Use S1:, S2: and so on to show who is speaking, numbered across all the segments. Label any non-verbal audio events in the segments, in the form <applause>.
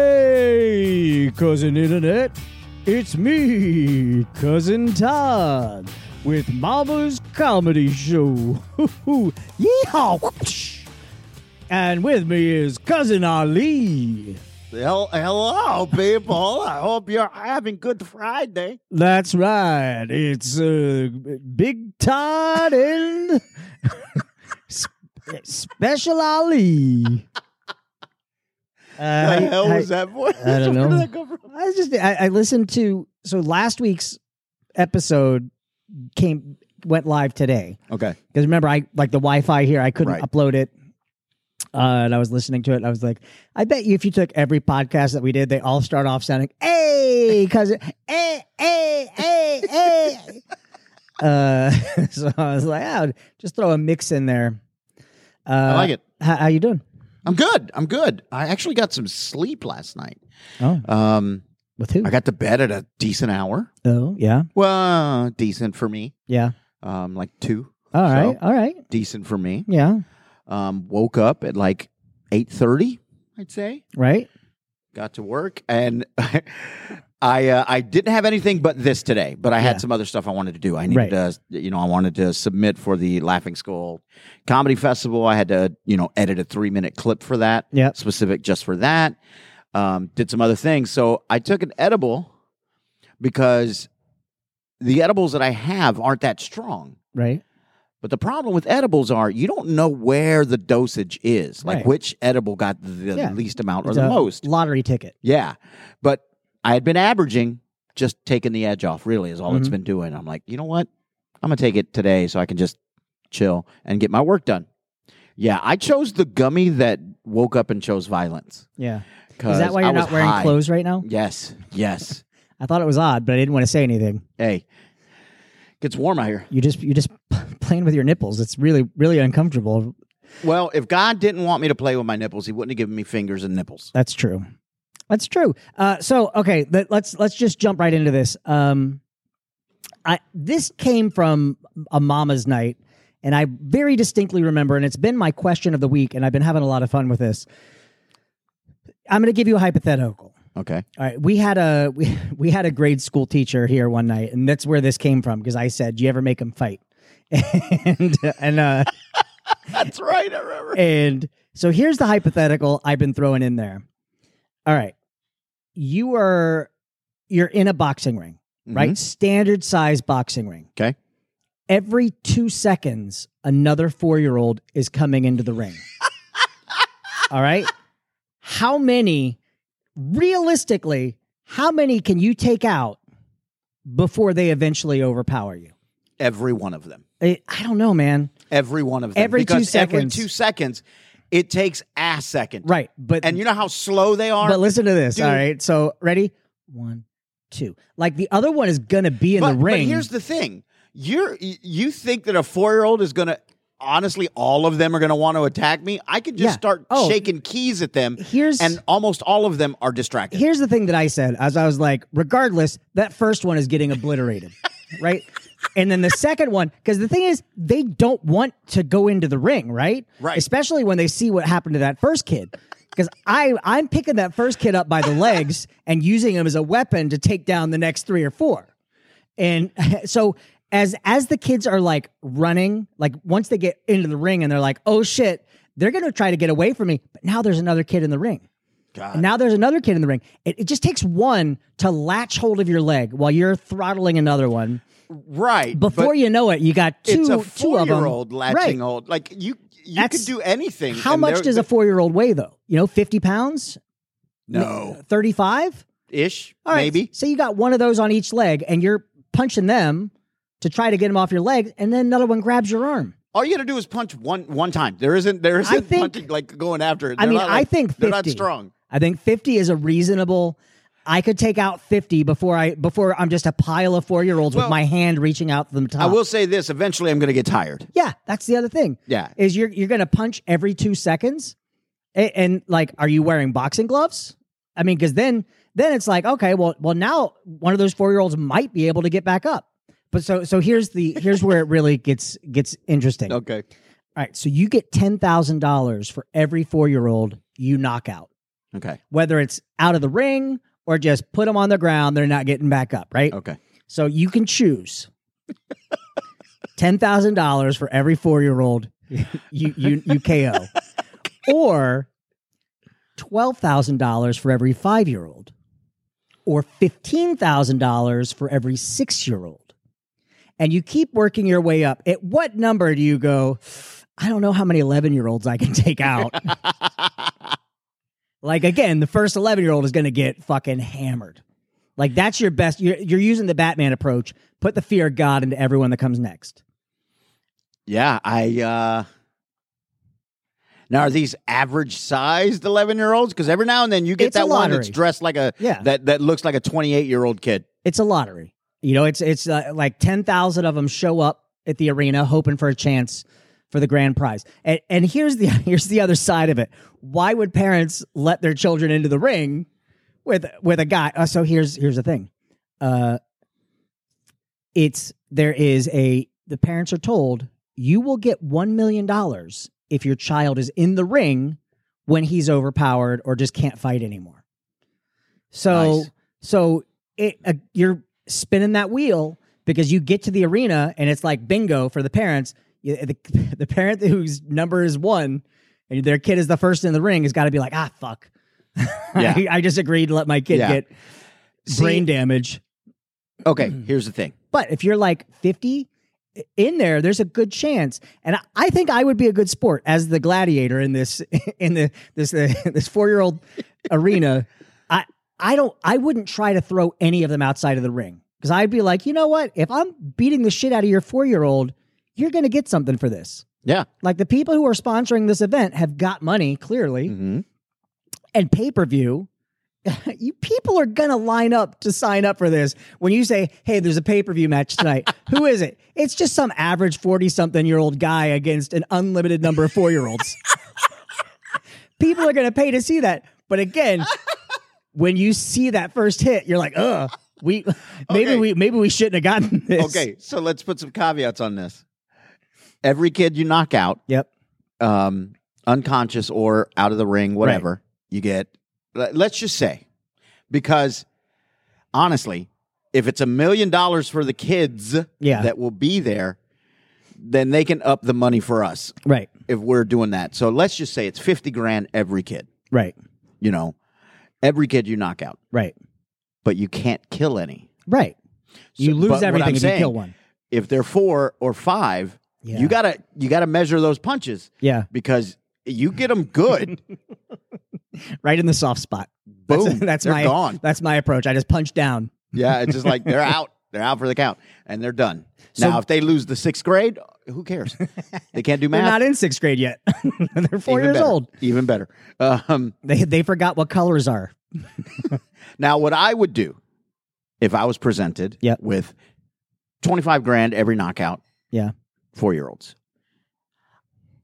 S1: Hey, cousin internet, it's me, cousin Todd, with Mama's comedy show. <laughs> Yeehaw! And with me is cousin Ali.
S2: Hel- Hello, people. I hope you're having good Friday.
S1: That's right. It's uh, Big Todd and <laughs> Sp- Special Ali.
S2: the
S1: Uh,
S2: hell
S1: I-
S2: was that voice?
S1: I don't
S2: <laughs> Where
S1: know.
S2: did that come from?
S1: I was just I, I listened to so last week's episode came went live today
S2: Okay.
S1: because remember I like the Wi-Fi here I couldn't
S2: Right.
S1: upload it. Uh, and I was listening to it, and I was like, "I bet you if you took every podcast that we did, they all start off sounding "Hey, eh, cousin, hey, hey, hey, hey." eh, <laughs> uh, so I was like, "Oh, just throw a mix in there." Uh,
S2: I like it.
S1: How, how you doing?
S2: I'm good. I'm good. I actually got some sleep last night.
S1: Oh,
S2: Um,
S1: with who?
S2: I got to bed at a decent hour.
S1: oh, yeah,
S2: Well, decent for me.
S1: yeah.
S2: Um, like two.
S1: All right,
S2: So?
S1: all right,
S2: Decent for me.
S1: yeah,
S2: Um, woke up at like eight thirty. I'd say.
S1: right.
S2: Got to work and. <laughs> I uh, I didn't have anything but this today, but I had
S1: Yeah.
S2: some other stuff I wanted to do. I needed
S1: Right.
S2: to, you know, I wanted to submit for the Laughing Skull Comedy Festival. I had to, you know, edit a three minute clip for that,
S1: Yep.
S2: specific just for that. Um, did some other things, so I took an edible because the edibles that I have aren't that strong.
S1: Right.
S2: But the problem with edibles are you don't know where the dosage is, like
S1: Right.
S2: which edible got the
S1: Yeah.
S2: least amount or
S1: It's
S2: the
S1: a
S2: most.
S1: lottery ticket.
S2: Yeah. But I had been averaging, just taking the edge off, really, is all it's
S1: Mhm.
S2: been doing. I'm like, you know what? I'm going to take it today so I can just chill and get my work done. Yeah. I chose the gummy that woke up and chose violence.
S1: Yeah.
S2: 'cause
S1: Is that why
S2: I
S1: you're
S2: was
S1: not wearing
S2: high.
S1: clothes right now?
S2: Yes. Yes.
S1: I thought it was odd, but I didn't want to say anything.
S2: hey, gets warm out here.
S1: You just <laughs> you just playing with your nipples. It's really really uncomfortable.
S2: Well, if God didn't want me to play with my nipples, he wouldn't have given me fingers and nipples.
S1: That's true. That's true. Uh, so okay, let, let's let's just jump right into this. Um, I this came from a mama's night, and I very distinctly remember, and it's been my question of the week, and I've been having a lot of fun with this. I'm going to give you a hypothetical.
S2: Okay.
S1: All right, we had a <laughs> we, we had a grade school teacher here one night, and that's where this came from because I said, "Do you ever make them fight?" <laughs> and and uh,
S2: That's right. I remember.
S1: and so here's the hypothetical I've been throwing in there. All right, you are you're in a boxing ring, right? Standard size boxing ring.
S2: Mm-hmm. Okay.
S1: Every two seconds, another four year old is coming into the
S2: <laughs>
S1: ring. All right. How many, realistically, how many can you take out before they eventually overpower you?
S2: Every one of them.
S1: I, I don't know, man.
S2: Every one of them.
S1: Every two
S2: because Every
S1: seconds.
S2: two seconds, it takes a second.
S1: Right. But
S2: And you know how slow they are?
S1: But listen to this.
S2: Dude.
S1: All right. So ready? One, two. Like the other one is gonna be in
S2: but,
S1: the
S2: but
S1: ring.
S2: here's the thing. You're y- you think that a four year old is gonna honestly all of them are gonna want to attack me? I could just
S1: Yeah.
S2: start
S1: Oh.
S2: shaking keys at them
S1: here's
S2: and almost all of them are distracted.
S1: here's the thing that I said as I was like, regardless, that first one is getting obliterated, right? And then the second one, because the thing is, they don't want to go into the ring, right?
S2: Right.
S1: Especially when they see what happened to that first kid. Because I I'm picking that first kid up by the legs and using him as a weapon to take down the next three or four. And <laughs> so as as the kids are like running, like once they get into the ring and they're like, oh shit, they're gonna try to get away from me. But now there's another kid in the ring.
S2: God.
S1: And now there's another kid in the ring. It, it just takes one to latch hold of your leg while you're throttling another one.
S2: right. but
S1: Before you know it, you got two,
S2: it's a
S1: two
S2: four
S1: of them.
S2: year old
S1: right.
S2: latching old. Like you you
S1: That's-
S2: could do anything.
S1: How
S2: and
S1: much
S2: they're-
S1: does a four year old weigh though? You know, fifty pounds,
S2: No.
S1: thirty five.
S2: Ish,
S1: All right.
S2: Oh. maybe.
S1: So you got one of those on each leg, and you're punching them to try to get them off your legs, and then another one grabs your arm.
S2: All you got to do is punch one one time. There isn't there isn't
S1: think-
S2: punching like going after it.
S1: I
S2: They're
S1: mean,
S2: not,
S1: I
S2: like-
S1: think
S2: they're not
S1: 50.
S2: strong.
S1: I think fifty is a reasonable. I could take out fifty before I before I'm just a pile of four year olds with
S2: Well,
S1: my hand reaching out to the top.
S2: I will say this: eventually, I'm going to get tired.
S1: Yeah, that's the other thing.
S2: Yeah.
S1: is you're you're gonna punch every two seconds, A- and, like, are you wearing boxing gloves? I mean, because then then it's like, okay, well, well, now one of those four year olds might be able to get back up. But so so here's the here's where it really gets gets interesting. All
S2: Okay.
S1: right, so you get ten thousand dollars for every four year old you knock out.
S2: Okay.
S1: whether it's out of the ring or just put them on the ground. They're not getting back up, right?
S2: Okay.
S1: So you can choose ten thousand dollars for every four year old you, you you KO, or twelve thousand dollars for every five year old, or fifteen thousand dollars for every six year old, and you keep working your way up. At what number do you go? I don't know how many eleven year olds I can take out. Like again, the first eleven year old is going to get fucking hammered. Like that's your best. You're, you're using the Batman approach. Put the fear of God into everyone that comes next.
S2: yeah, I uh now are these average sized eleven year olds? Because every now and then you get
S1: It's a
S2: that one that's
S1: lottery.
S2: dressed like a
S1: Yeah.
S2: that that looks like a twenty eight year old
S1: <laughs>
S2: kid.
S1: It's a lottery. You know, it's it's uh, like ten thousand of them show up at the arena hoping for a chance for the grand prize. And and here's the <laughs> here's the other side of it. Why would parents let their children into the ring with with a guy? Uh, so here's here's the thing. Uh, it's there is a the parents are told you will get one million dollars if your child is in the ring when he's overpowered or just can't fight anymore. So
S2: Nice.
S1: so it uh, you're spinning that wheel because you get to the arena and it's like bingo for the parents. You- The, the <laughs> parent whose number is one and their kid is the first in the ring has got to be like, ah, fuck.
S2: Yeah.
S1: <laughs> I, I just agreed to let my kid
S2: Yeah.
S1: get
S2: See-
S1: brain damage.
S2: Okay, here's the thing.
S1: But if you're like 50 in there, there's a good chance. And I- I think I would be a good sport as the gladiator in this <laughs> in the this uh, <laughs> this four year old arena. I I don't I wouldn't try to throw any of them outside of the ring because I'd be like, you know what? If I'm beating the shit out of your four year old, you're gonna get something for this. <laughs>
S2: Yeah.
S1: Like the people who are sponsoring this event have got money clearly
S2: Mm-hmm.
S1: and pay per view, <laughs> you people are gonna line up to sign up for this. When you say, "Hey, there's a pay per view match tonight,"
S2: <laughs>
S1: who is it? It's just some average forty something year old guy against an unlimited number of four year olds. <laughs> people are gonna pay to see that. But again, when you see that first hit, you're like, "Ugh, we <laughs> maybe
S2: Okay.
S1: we maybe we shouldn't have gotten <laughs> this."
S2: Okay, so let's put some caveats on this. Every kid you knock out,
S1: Yep.
S2: um, unconscious or out of the ring, whatever you get. let- Let's just say, because honestly, if it's a million dollars for the kids
S1: Yeah.
S2: that will be there, then they can up the money for us
S1: Right.
S2: if we're doing that. So let's just say it's fifty grand every kid.
S1: Right.
S2: You know, every kid you knock out,
S1: Right.
S2: but you can't kill any.
S1: Right. You
S2: So- but
S1: lose
S2: what I'm
S1: everything if you kill
S2: saying,
S1: one.
S2: If they're four or five,
S1: Yeah.
S2: you gotta you gotta measure those punches
S1: Yeah.
S2: because you get them good.
S1: Right in the soft spot.
S2: boom,
S1: That's, <laughs> that's
S2: they're
S1: my
S2: gone.
S1: That's my approach. I just punch down.
S2: Yeah, it's just like they're out. They're out for the count, and they're done.
S1: So-
S2: now, if they lose the sixth grade, who cares? They can't
S1: <laughs>
S2: do
S1: They're
S2: math.
S1: not in sixth grade yet. <laughs> They're four
S2: Even
S1: years
S2: better.
S1: old.
S2: Even better. Um,
S1: They they forgot what colors are.
S2: now, what I would do if I was presented
S1: Yep.
S2: with twenty-five grand every knockout,
S1: Yeah.
S2: four-year-olds,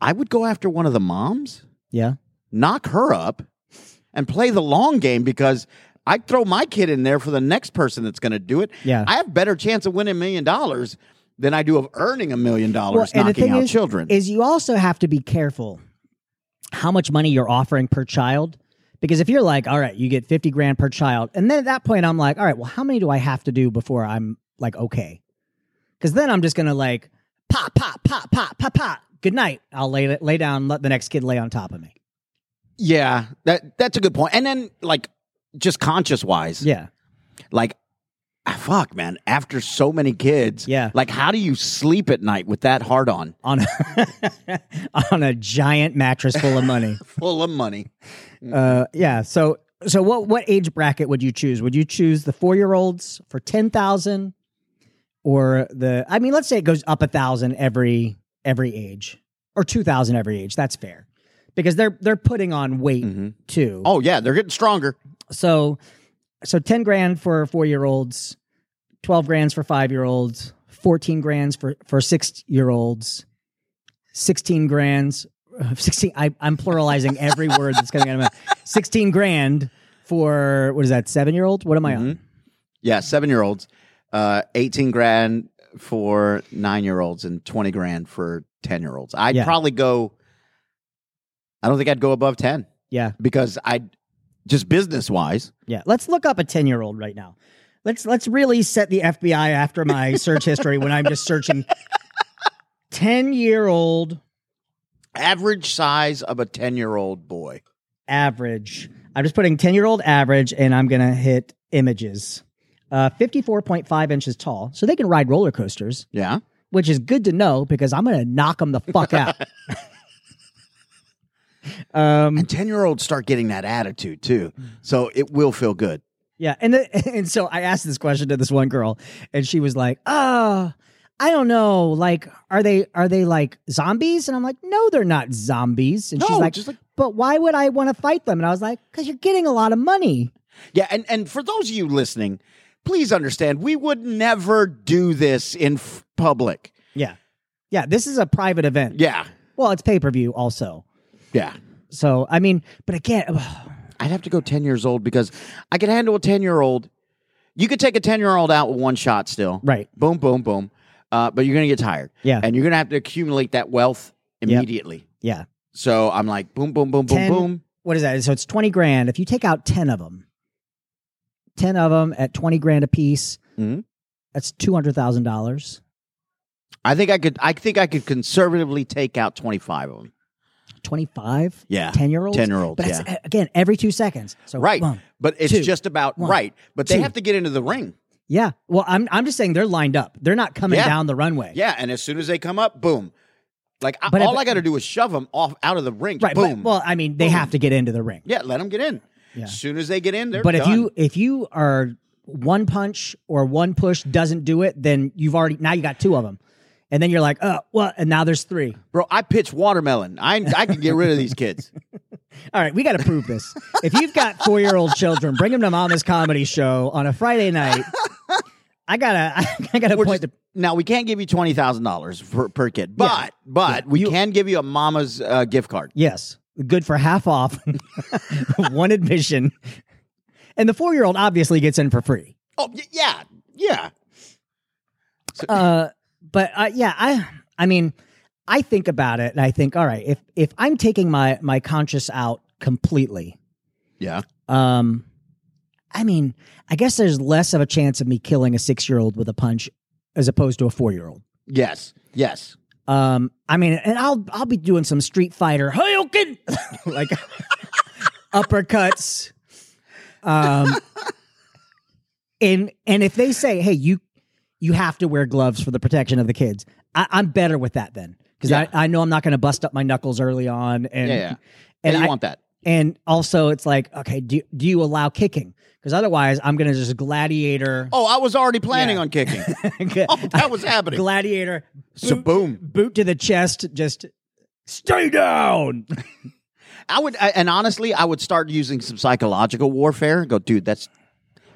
S2: I would go after one of the moms,
S1: Yeah.
S2: knock her up, and play the long game because I throw my kid in there for the next person that's going to do it.
S1: Yeah.
S2: I have better chance of winning a million dollars than I do of earning a million dollars
S1: and the
S2: knocking
S1: thing
S2: out
S1: is-
S2: children.
S1: Is you also have to be careful how much money you're offering per child. Because if you're like, all right, you get 50 grand per child, and then at that point I'm like, all right, well, how many do I have to do before I'm like okay? Because then I'm just gonna like pop, pop, pop, pop, pop, pop. Good night. I'll lay lay down, let the next kid lay on top of me.
S2: yeah, that that's a good point. And then like just conscious wise,
S1: Yeah.
S2: like ah, fuck, man. After so many kids,
S1: Yeah.
S2: like how do you sleep at night with that hard on,
S1: On a <laughs> on a giant mattress full of money.
S2: full of money?
S1: Uh, yeah. So so what what age bracket would you choose? Would you choose the four year olds for ten thousand, or the? I mean, let's say it goes up a thousand every every age, or two thousand every age. That's fair because they're they're putting on weight too.
S2: Oh yeah, they're getting stronger.
S1: So so ten grand for four year olds, twelve grands for five year olds, fourteen grands for for six year olds, sixteen grands. <laughs> 16 I, i'm pluralizing every word that's coming out of my mouth 16 grand for what is that seven year old what am i on
S2: Yeah, seven year olds, uh, eighteen grand for nine year olds, and twenty grand for ten year olds. I'd
S1: Yeah.
S2: probably go. I don't think I'd go above ten.
S1: yeah
S2: because I just business wise.
S1: Yeah, let's look up a ten year old right now. Let's let's really set the FBI after my search history when I'm just searching ten year old
S2: Average size of a 10 year old boy.
S1: average. I'm just putting ten year old average, and I'm gonna hit images. Uh, 54.5 inches tall, so they can ride roller coasters,
S2: Yeah.
S1: which is good to know because I'm gonna knock them the fuck
S2: <laughs>
S1: out. um,
S2: And 10 year olds start getting that attitude too.
S1: Mm.
S2: So it will feel good.
S1: Yeah, and the, <laughs> and so I asked this question to this one girl, and she was like, "Uh, I don't know. Like, are they are they like zombies?" And I'm like, "No, they're not zombies." And she's
S2: No,
S1: like,
S2: just like-
S1: "But why would I want to fight them?" And I was like, "Cause you're getting a lot of money."
S2: Yeah. And, and for those of you listening, please understand we would never do this in f- public.
S1: Yeah, yeah. This is a private event.
S2: Yeah.
S1: Well, it's pay per view also.
S2: Yeah.
S1: So I mean, but again,
S2: I'd have to go 10 years old because I could handle a 10 year old. You could take a 10 year old out with one shot still.
S1: right?
S2: Boom, boom, boom. Uh, but you're going to get tired.
S1: Yeah.
S2: And you're going to have to accumulate that wealth immediately.
S1: Yeah.
S2: So I'm like, boom, boom, boom, boom,
S1: 10
S2: boom.
S1: What is that? So it's twenty grand. If you take out ten of them, ten of them at twenty grand a piece,
S2: Mhm.
S1: that's two hundred thousand dollars.
S2: I think I could. I think I could conservatively take out twenty five of them.
S1: 25
S2: Yeah,
S1: 10 year olds
S2: ten year olds.
S1: but
S2: Yeah,
S1: that's, again every two seconds so
S2: right.
S1: one.
S2: but it's
S1: two,
S2: just about
S1: one,
S2: right. But they
S1: two.
S2: have to get into the ring.
S1: yeah well I'm, I'm just saying they're lined up they're not coming
S2: Yeah.
S1: down the runway
S2: Yeah, and as soon as they come up, boom. Like I,
S1: But if-
S2: all I got to do is shove them off out of the ring.
S1: right
S2: boom.
S1: but, well i mean they
S2: Boom.
S1: have to get into the ring
S2: yeah, let them get in.
S1: Yeah.
S2: As soon as they get in, they're
S1: but if
S2: done.
S1: you if you are one punch or one push doesn't do it then you've already now you got two of them and then you're like oh well and now there's three
S2: bro, I pitch watermelon. I I can get rid of
S1: <laughs>
S2: these kids.
S1: all right we got to prove this
S2: <laughs>
S1: if you've got four year old children bring them to mama's comedy show on a friday night i gotta <laughs> i gotta
S2: We're
S1: point
S2: just-
S1: to
S2: now we can't give you twenty thousand dollars per per kid, but but we
S1: You-
S2: can give you a mama's uh, gift card.
S1: Yes. Good for half off, <laughs> one admission. And the four year old obviously gets in for free.
S2: Oh y- yeah, yeah.
S1: Uh, but uh, yeah, I, I mean, I think about it and I think, all right, if, if I'm taking my, my conscious out completely,
S2: Yeah.
S1: um, I mean, I guess there's less of a chance of me killing a six year old with a punch as opposed to a four year old.
S2: Yes. Yes.
S1: Um, I mean, and I'll I'll be doing some Street Fighter Hadouken, <laughs> like uppercuts. Um, and and if they say, hey, you you have to wear gloves for the protection of the kids, I, I'm better with that then because
S2: Yeah.
S1: I, I know I'm not going to bust up my knuckles early on, and
S2: Yeah. yeah.
S1: and
S2: yeah, you
S1: I,
S2: want that.
S1: and also it's like, okay, do do you allow kicking? Because otherwise, I'm going to just gladiator,
S2: Oh, I was already planning
S1: Yeah.
S2: on
S1: <laughs>
S2: kicking. Oh, that was happening.
S1: gladiator,
S2: so boom.
S1: boot to the chest, just stay down.
S2: I would, I, and honestly, I would start using some psychological warfare. and Go, dude, that's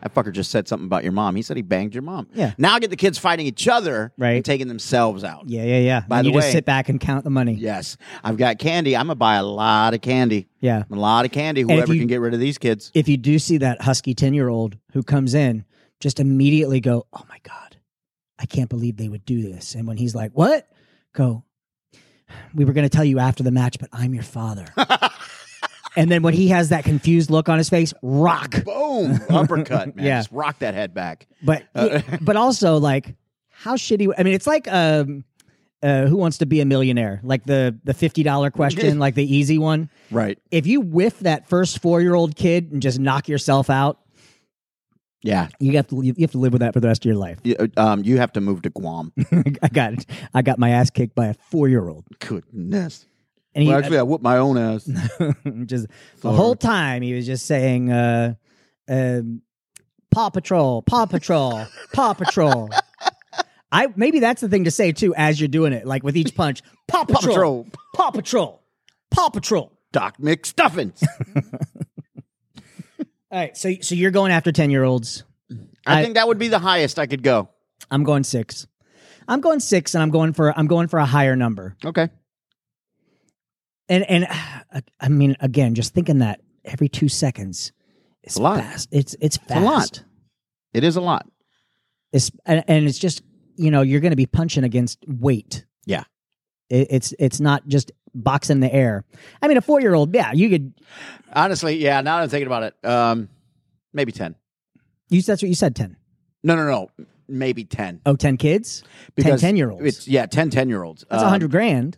S2: that fucker just said something about your mom. He said he banged your mom.
S1: Yeah.
S2: Now I get the kids fighting each other
S1: Right.
S2: and taking themselves out.
S1: Yeah, yeah, yeah.
S2: By
S1: and
S2: the
S1: you
S2: way-
S1: just sit back and count the money. Yeah.
S2: Yes, I've got candy. I'm gonna buy a lot of candy. A lot of candy.
S1: if
S2: Whoever
S1: you-
S2: can get rid of these kids.
S1: If you do see that husky 10 year old who comes in, just immediately go, oh my God, I can't believe they would do this. And when he's like, what? Go, we were going to tell you after the match, but I'm your
S2: <laughs>
S1: father. and then when he has that confused look on his face, rock. <laughs>
S2: Boom! Uppercut, man.
S1: Yeah.
S2: Just rock that head back.
S1: But
S2: Uh,
S1: but also like how shitty I mean it's like um uh, who wants to be a millionaire? Like the the fifty dollar question, like the easy one.
S2: Right.
S1: If you whiff that first four year old kid and just knock yourself out,
S2: Yeah.
S1: you have to you have to live with that for the rest of your life. <laughs>
S2: You, um, you have to move to Guam.
S1: I got I got my ass kicked by a four year old,
S2: Goodness.
S1: and he
S2: well, actually, I whooped my own
S1: <laughs>
S2: ass.
S1: just the
S2: Sorry.
S1: whole time he was just saying, uh, um, "Paw Patrol, Paw Patrol, Paw Patrol." I maybe that's the thing to say too as you're doing it, like with each punch, Paw
S2: Paw
S1: Patrol,
S2: Patrol.
S1: Paw Patrol, Paw Patrol.
S2: Doc
S1: <laughs>
S2: McStuffins.
S1: All right, so so you're going after ten year olds.
S2: I,
S1: I-
S2: think that would be the highest I could go.
S1: I'm going six. I'm going six, and I'm going for I'm going for a higher number.
S2: Okay.
S1: And and uh, I mean, again, just thinking that every two seconds, it's
S2: a lot.
S1: Fast. It's it's fast.
S2: a lot. It is a lot.
S1: It's, and, and it's just you know you're going to be punching against weight.
S2: Yeah.
S1: It, it's it's not just box in the air. I mean, a four year old, yeah, you could.
S2: Honestly, yeah. Now that I'm thinking about it, um, maybe ten.
S1: You that's what you said. Ten.
S2: No, no, no. Maybe ten.
S1: Oh, 10 kids. 10
S2: Because
S1: 10 year olds.
S2: It's yeah, Um, 10 10 year olds.
S1: That's a hundred grand.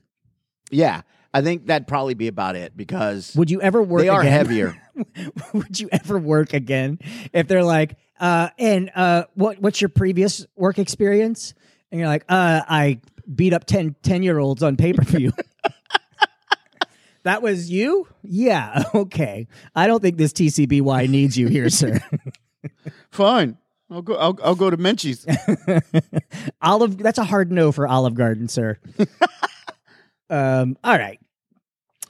S2: Yeah, I think that'd probably be about it because
S1: Would you ever work?
S2: they are
S1: again?
S2: heavier.
S1: <laughs> would you ever work again if they're like uh and uh what what's your previous work experience and you're like uh i beat up 10 10 year olds on pay-per-view <laughs> that was you yeah <laughs> okay i don't think this tcby needs you here sir
S2: <laughs> Fine. I'll go. I'll, I'll go to Menchie's.
S1: olive that's a hard no for olive garden sir um all right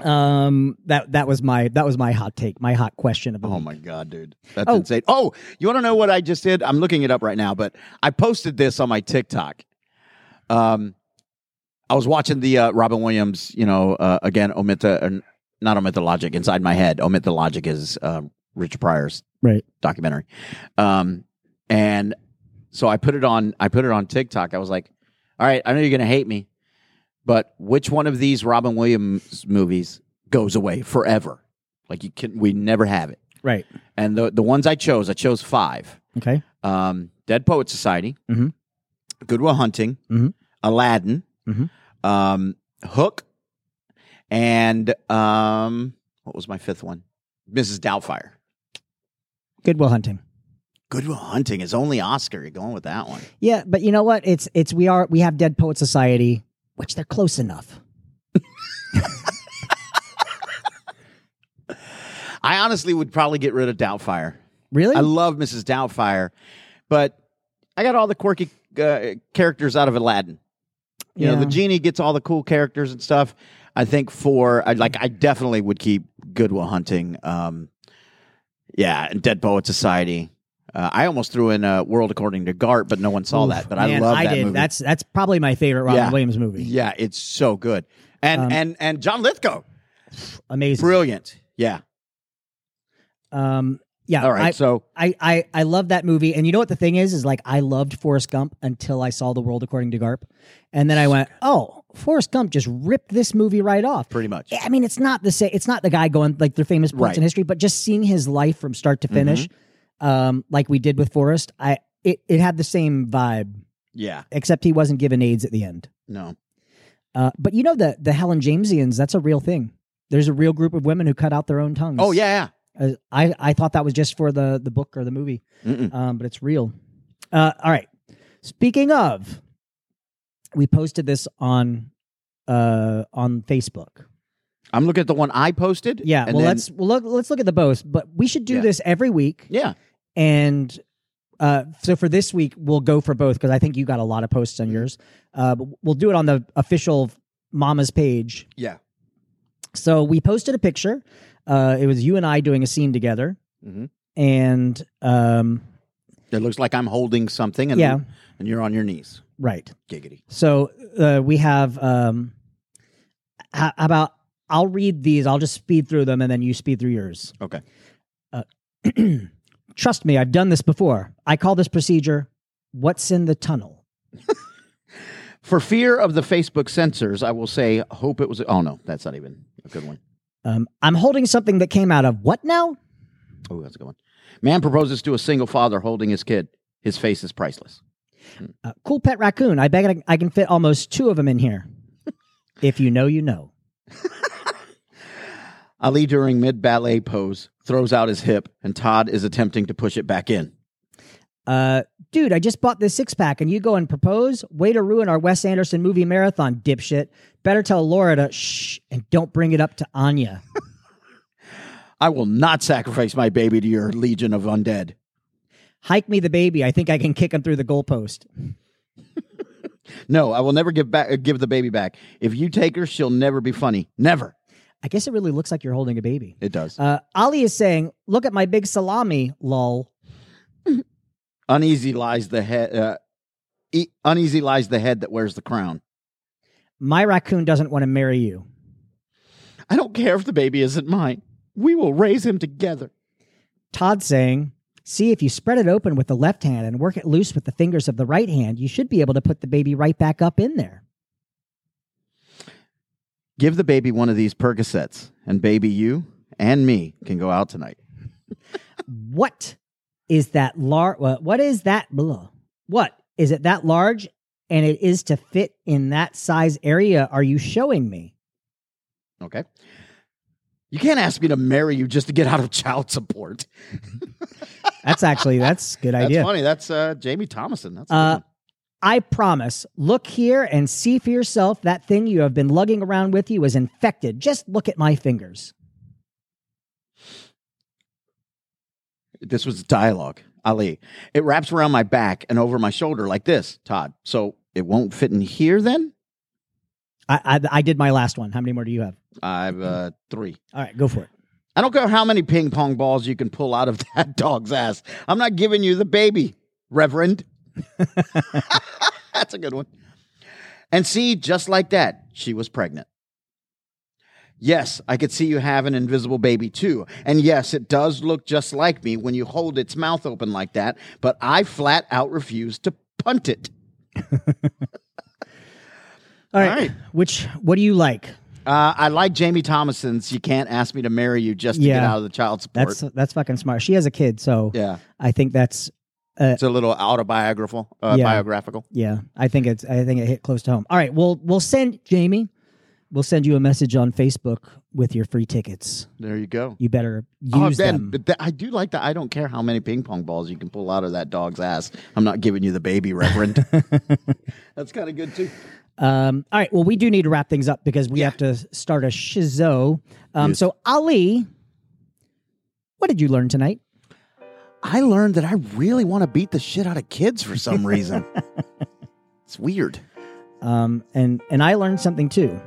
S1: um that that was my that was my hot take my hot question of the
S2: <laughs> oh
S1: week.
S2: my god, dude, that's
S1: Oh.
S2: insane. Oh, you want to know what I just did? I'm looking it up right now, but I posted this on my TikTok. Um, I was watching the uh, Robin Williams. You know, uh, again, omit the uh, not omit the logic inside my head. Omit the logic is uh, Richard Pryor's
S1: right
S2: documentary. Um, and so I put it on. I put it on TikTok. I was like, "All right, I know you're gonna hate me, but which one of these Robin Williams movies goes away forever? Like you can, we never have it."
S1: right
S2: And the the ones I chose, I chose five:
S1: okay
S2: um, Dead Poet Society,
S1: Mhm.
S2: Goodwill Hunting,
S1: Mhm.
S2: Aladdin,
S1: Mhm.
S2: um, Hook, and um, what was my fifth one? Mrs. Doubtfire.
S1: goodwill hunting
S2: Goodwill Hunting is only Oscar. You're going with that one.
S1: Yeah, but you know what? It's it's we are we have Dead Poet Society, which they're close enough.
S2: I honestly would probably get rid of Doubtfire.
S1: Really?
S2: I love Mrs. Doubtfire, but I got all the quirky uh, characters out of Aladdin. You know,
S1: Yeah.
S2: the genie gets all the cool characters and stuff. I think for I like I definitely would keep Goodwill Hunting. Um, yeah, and Dead Poet Society. Uh, I almost threw in uh, World According to Gart, but no one saw
S1: Oof,
S2: that. But I
S1: man,
S2: love that
S1: did.
S2: movie.
S1: That's that's probably my favorite Robin
S2: Yeah.
S1: Williams movie.
S2: yeah, it's so good. And
S1: Um,
S2: and and John Lithgow,
S1: Amazing.
S2: brilliant. Yeah.
S1: Um yeah.
S2: All right.
S1: I-
S2: so
S1: I, I I love that movie. And you know what the thing is? Is like I loved Forrest Gump until I saw The World According to Garp. And then I went, Oh, Forrest Gump just ripped this movie right off.
S2: pretty much.
S1: I mean, it's not the same. It's not the guy going like their famous points
S2: Right. Mm-hmm.
S1: in history, but just seeing his life from start to finish, um, like we did with Forrest, I it, it had the same vibe,
S2: Yeah.
S1: except he wasn't given AIDS at the end.
S2: No.
S1: Uh, but you know the the Helen Jamesians, that's a real thing. There's a real group of women who cut out their own tongues.
S2: Oh yeah.
S1: Uh, I I thought that was just for the the book or the movie,
S2: yeah. Mm-mm.
S1: um, but it's real. Uh, all right. Speaking of, we posted this on uh on Facebook.
S2: I'm looking at the one I posted.
S1: Yeah.
S2: and
S1: well,
S2: then-
S1: let's well, look. Let's look at the both. But we should do
S2: Yeah.
S1: this every week.
S2: Yeah.
S1: And uh, so for this week, we'll go for both because I think you got a lot of posts on yours. Uh, but we'll do it on the official Mama's page.
S2: Yeah.
S1: So we posted a picture. Uh, it was you and I doing a scene together,
S2: Mhm.
S1: and um,
S2: It looks like I'm holding something, and
S1: Yeah.
S2: and you're on your knees.
S1: right.
S2: Giggity.
S1: So uh, we have um, how how about I'll read these. I'll just speed through them, and then you speed through yours. <clears throat>
S2: Okay.
S1: Uh, trust me, I've done this before. I call this procedure "What's in the tunnel."
S2: For fear of the Facebook censors, I will say, hope it was. Oh no, that's not even a good one.
S1: Um, I'm holding something that came out of what now?
S2: Oh, that's a good one. Man proposes to a single father holding his kid. His face is priceless.
S1: Uh, cool pet raccoon. I bet I, I can fit almost two of them in here. if you know, you know.
S2: Ali during mid ballet pose throws out his hip, and Todd is attempting to push it back in.
S1: Uh, dude, I just bought this six pack and you go and propose? Way to ruin our Wes Anderson movie marathon, dipshit. Better tell Laura to shh and don't bring it up to Anya.
S2: I will not sacrifice my baby to your legion of undead.
S1: Hike me the baby. I think I can kick him through the goalpost.
S2: No, I will never give back. uh, Give the baby back. If you take her, she'll never be funny. Never.
S1: I guess it really looks like you're holding a baby.
S2: It does.
S1: Uh, Ali is saying, look at my big salami, lol.
S2: uneasy lies the head. Uh, e- uneasy lies the head that wears the crown.
S1: My raccoon doesn't want to marry you.
S2: I don't care if the baby isn't mine. We will raise him together.
S1: Todd saying, see, if you spread it open with the left hand and work it loose with the fingers of the right hand, you should be able to put the baby right back up in there.
S2: Give the baby one of these Percocets, and baby, you and me can go out tonight.
S1: What is that large? What is that? Blah. What is it that large? And it is to fit in that size area. Are you showing me?
S2: Okay. You can't ask me to marry you just to get out of <laughs> child support.
S1: That's actually that's a good
S2: That's
S1: idea.
S2: funny. That's uh, Jamie Thomason. That's a good
S1: Uh,
S2: one.
S1: I promise. Look here and see for yourself that thing you have been lugging around with you is infected. Just look at my fingers.
S2: this was dialogue. Ali, it wraps around my back and over my shoulder like this, Todd. So it won't fit in here then?
S1: I I, I did my last one. How many more do you have?
S2: I've uh, three.
S1: All right, go for it.
S2: I don't care how many ping pong balls you can pull out of <laughs> that dog's ass. I'm not giving you the baby, Reverend. <laughs> That's a good one. And see, just like that, she was pregnant. Yes, I could see you have an invisible baby too. And yes, it does look just like me when you hold its mouth open like that, but I flat out refuse to punt it.
S1: All right.
S2: All right.
S1: Which what do you like?
S2: Uh, I like Jamie Thomason's You Can't Ask Me to Marry You Just to Get
S1: Yeah.
S2: Out of the Child Support.
S1: That's that's fucking smart. She has a kid, so
S2: yeah.
S1: I think that's
S2: It's a little autobiographical, uh,
S1: Yeah.
S2: biographical.
S1: yeah. I think it's I think it hit close to home. All right, we'll we'll send Jamie. We'll send you a message on Facebook with your free tickets.
S2: There you go.
S1: You better use
S2: Oh, Ben,
S1: them.
S2: but th- I do like that. I don't care how many ping pong balls you can pull out of that dog's ass. I'm not giving you the
S1: <laughs>
S2: baby, Reverend. That's kind of good too.
S1: Um, all right. Well, we do need to wrap things up because we have to start a shizo. Um,
S2: Yes.
S1: So, Ali, what did you learn tonight?
S2: I learned that I really want to beat the shit out of kids for
S1: <laughs>
S2: some reason. it's weird.
S1: Um, and and I learned something too.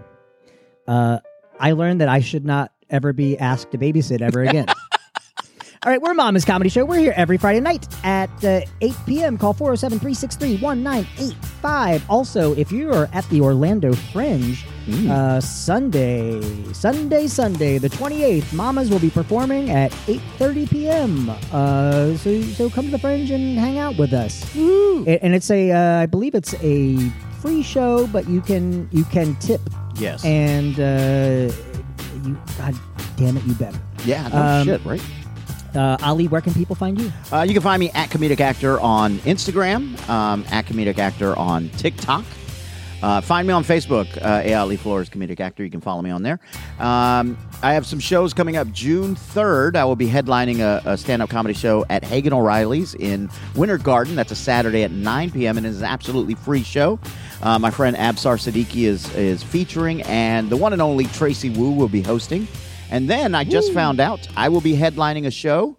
S1: Uh, I learned that I should not ever be asked to babysit ever again. All right, we're Mama's Comedy Show. We're here every Friday night at uh, 8 p.m. Call 407 363 1985. Also, if you are at the Orlando Fringe, uh, Sunday, Sunday, Sunday, the 28th, Mamas will be performing at 8.30 p.m. Uh, so, so come to the Fringe and hang out with us. A- And it's a, uh, I believe it's a free show, but you can you can tip
S2: Yes.
S1: and uh, you, God damn it, you better.
S2: yeah. No
S1: um,
S2: shit. Right.
S1: Uh, Ali, where can people find you?
S2: Uh, you can find me at Comedic Actor on Instagram, um, at Comedic Actor on TikTok. Uh, find me on Facebook, uh, A. Ali Flores Comedic Actor. You can follow me on there. Um, I have some shows coming up June 3rd. I will be headlining a, a stand up comedy show at Hagen O'Reilly's in Winter Garden. That's a Saturday at 9 p.m. and it is an absolutely free show. Uh, my friend Absar Siddiqui is, is featuring, and the one and only Tracy Wu will be hosting. And then I just found out I will be headlining a show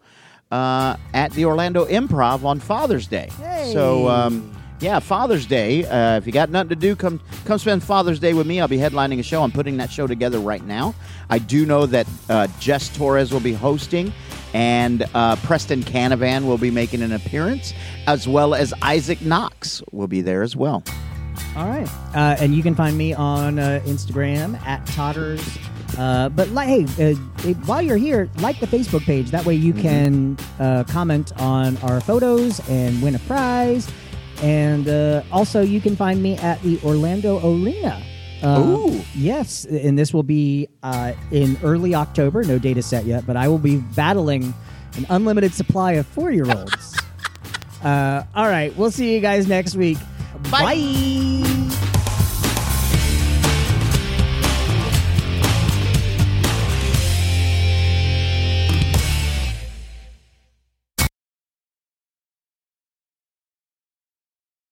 S2: uh, at the Orlando Improv on Father's Day.
S1: Hey.
S2: So, um, yeah, Father's Day. Uh, if you got nothing to do, come come spend Father's Day with me. I'll be headlining a show. I'm putting that show together right now. I do know that uh, Jess Torres will be hosting, and uh, Preston Canavan will be making an appearance, as well as Isaac Knox will be there as well.
S1: All right. Uh, and you can find me on uh, Instagram at Totters. Uh, but like, hey, uh, eh, while you're here, like the Facebook page. That way you
S2: Mm-hmm.
S1: can uh, comment on our photos and win a prize. And uh, also, you can find me at the Orlando Arena. Um,
S2: Ooh.
S1: Yes, and this will be uh, in early October. No data set yet, but I will be battling an unlimited supply of four
S2: <laughs>
S1: year olds. uh, all right, we'll see you guys next week.
S2: Bye.
S1: Bye.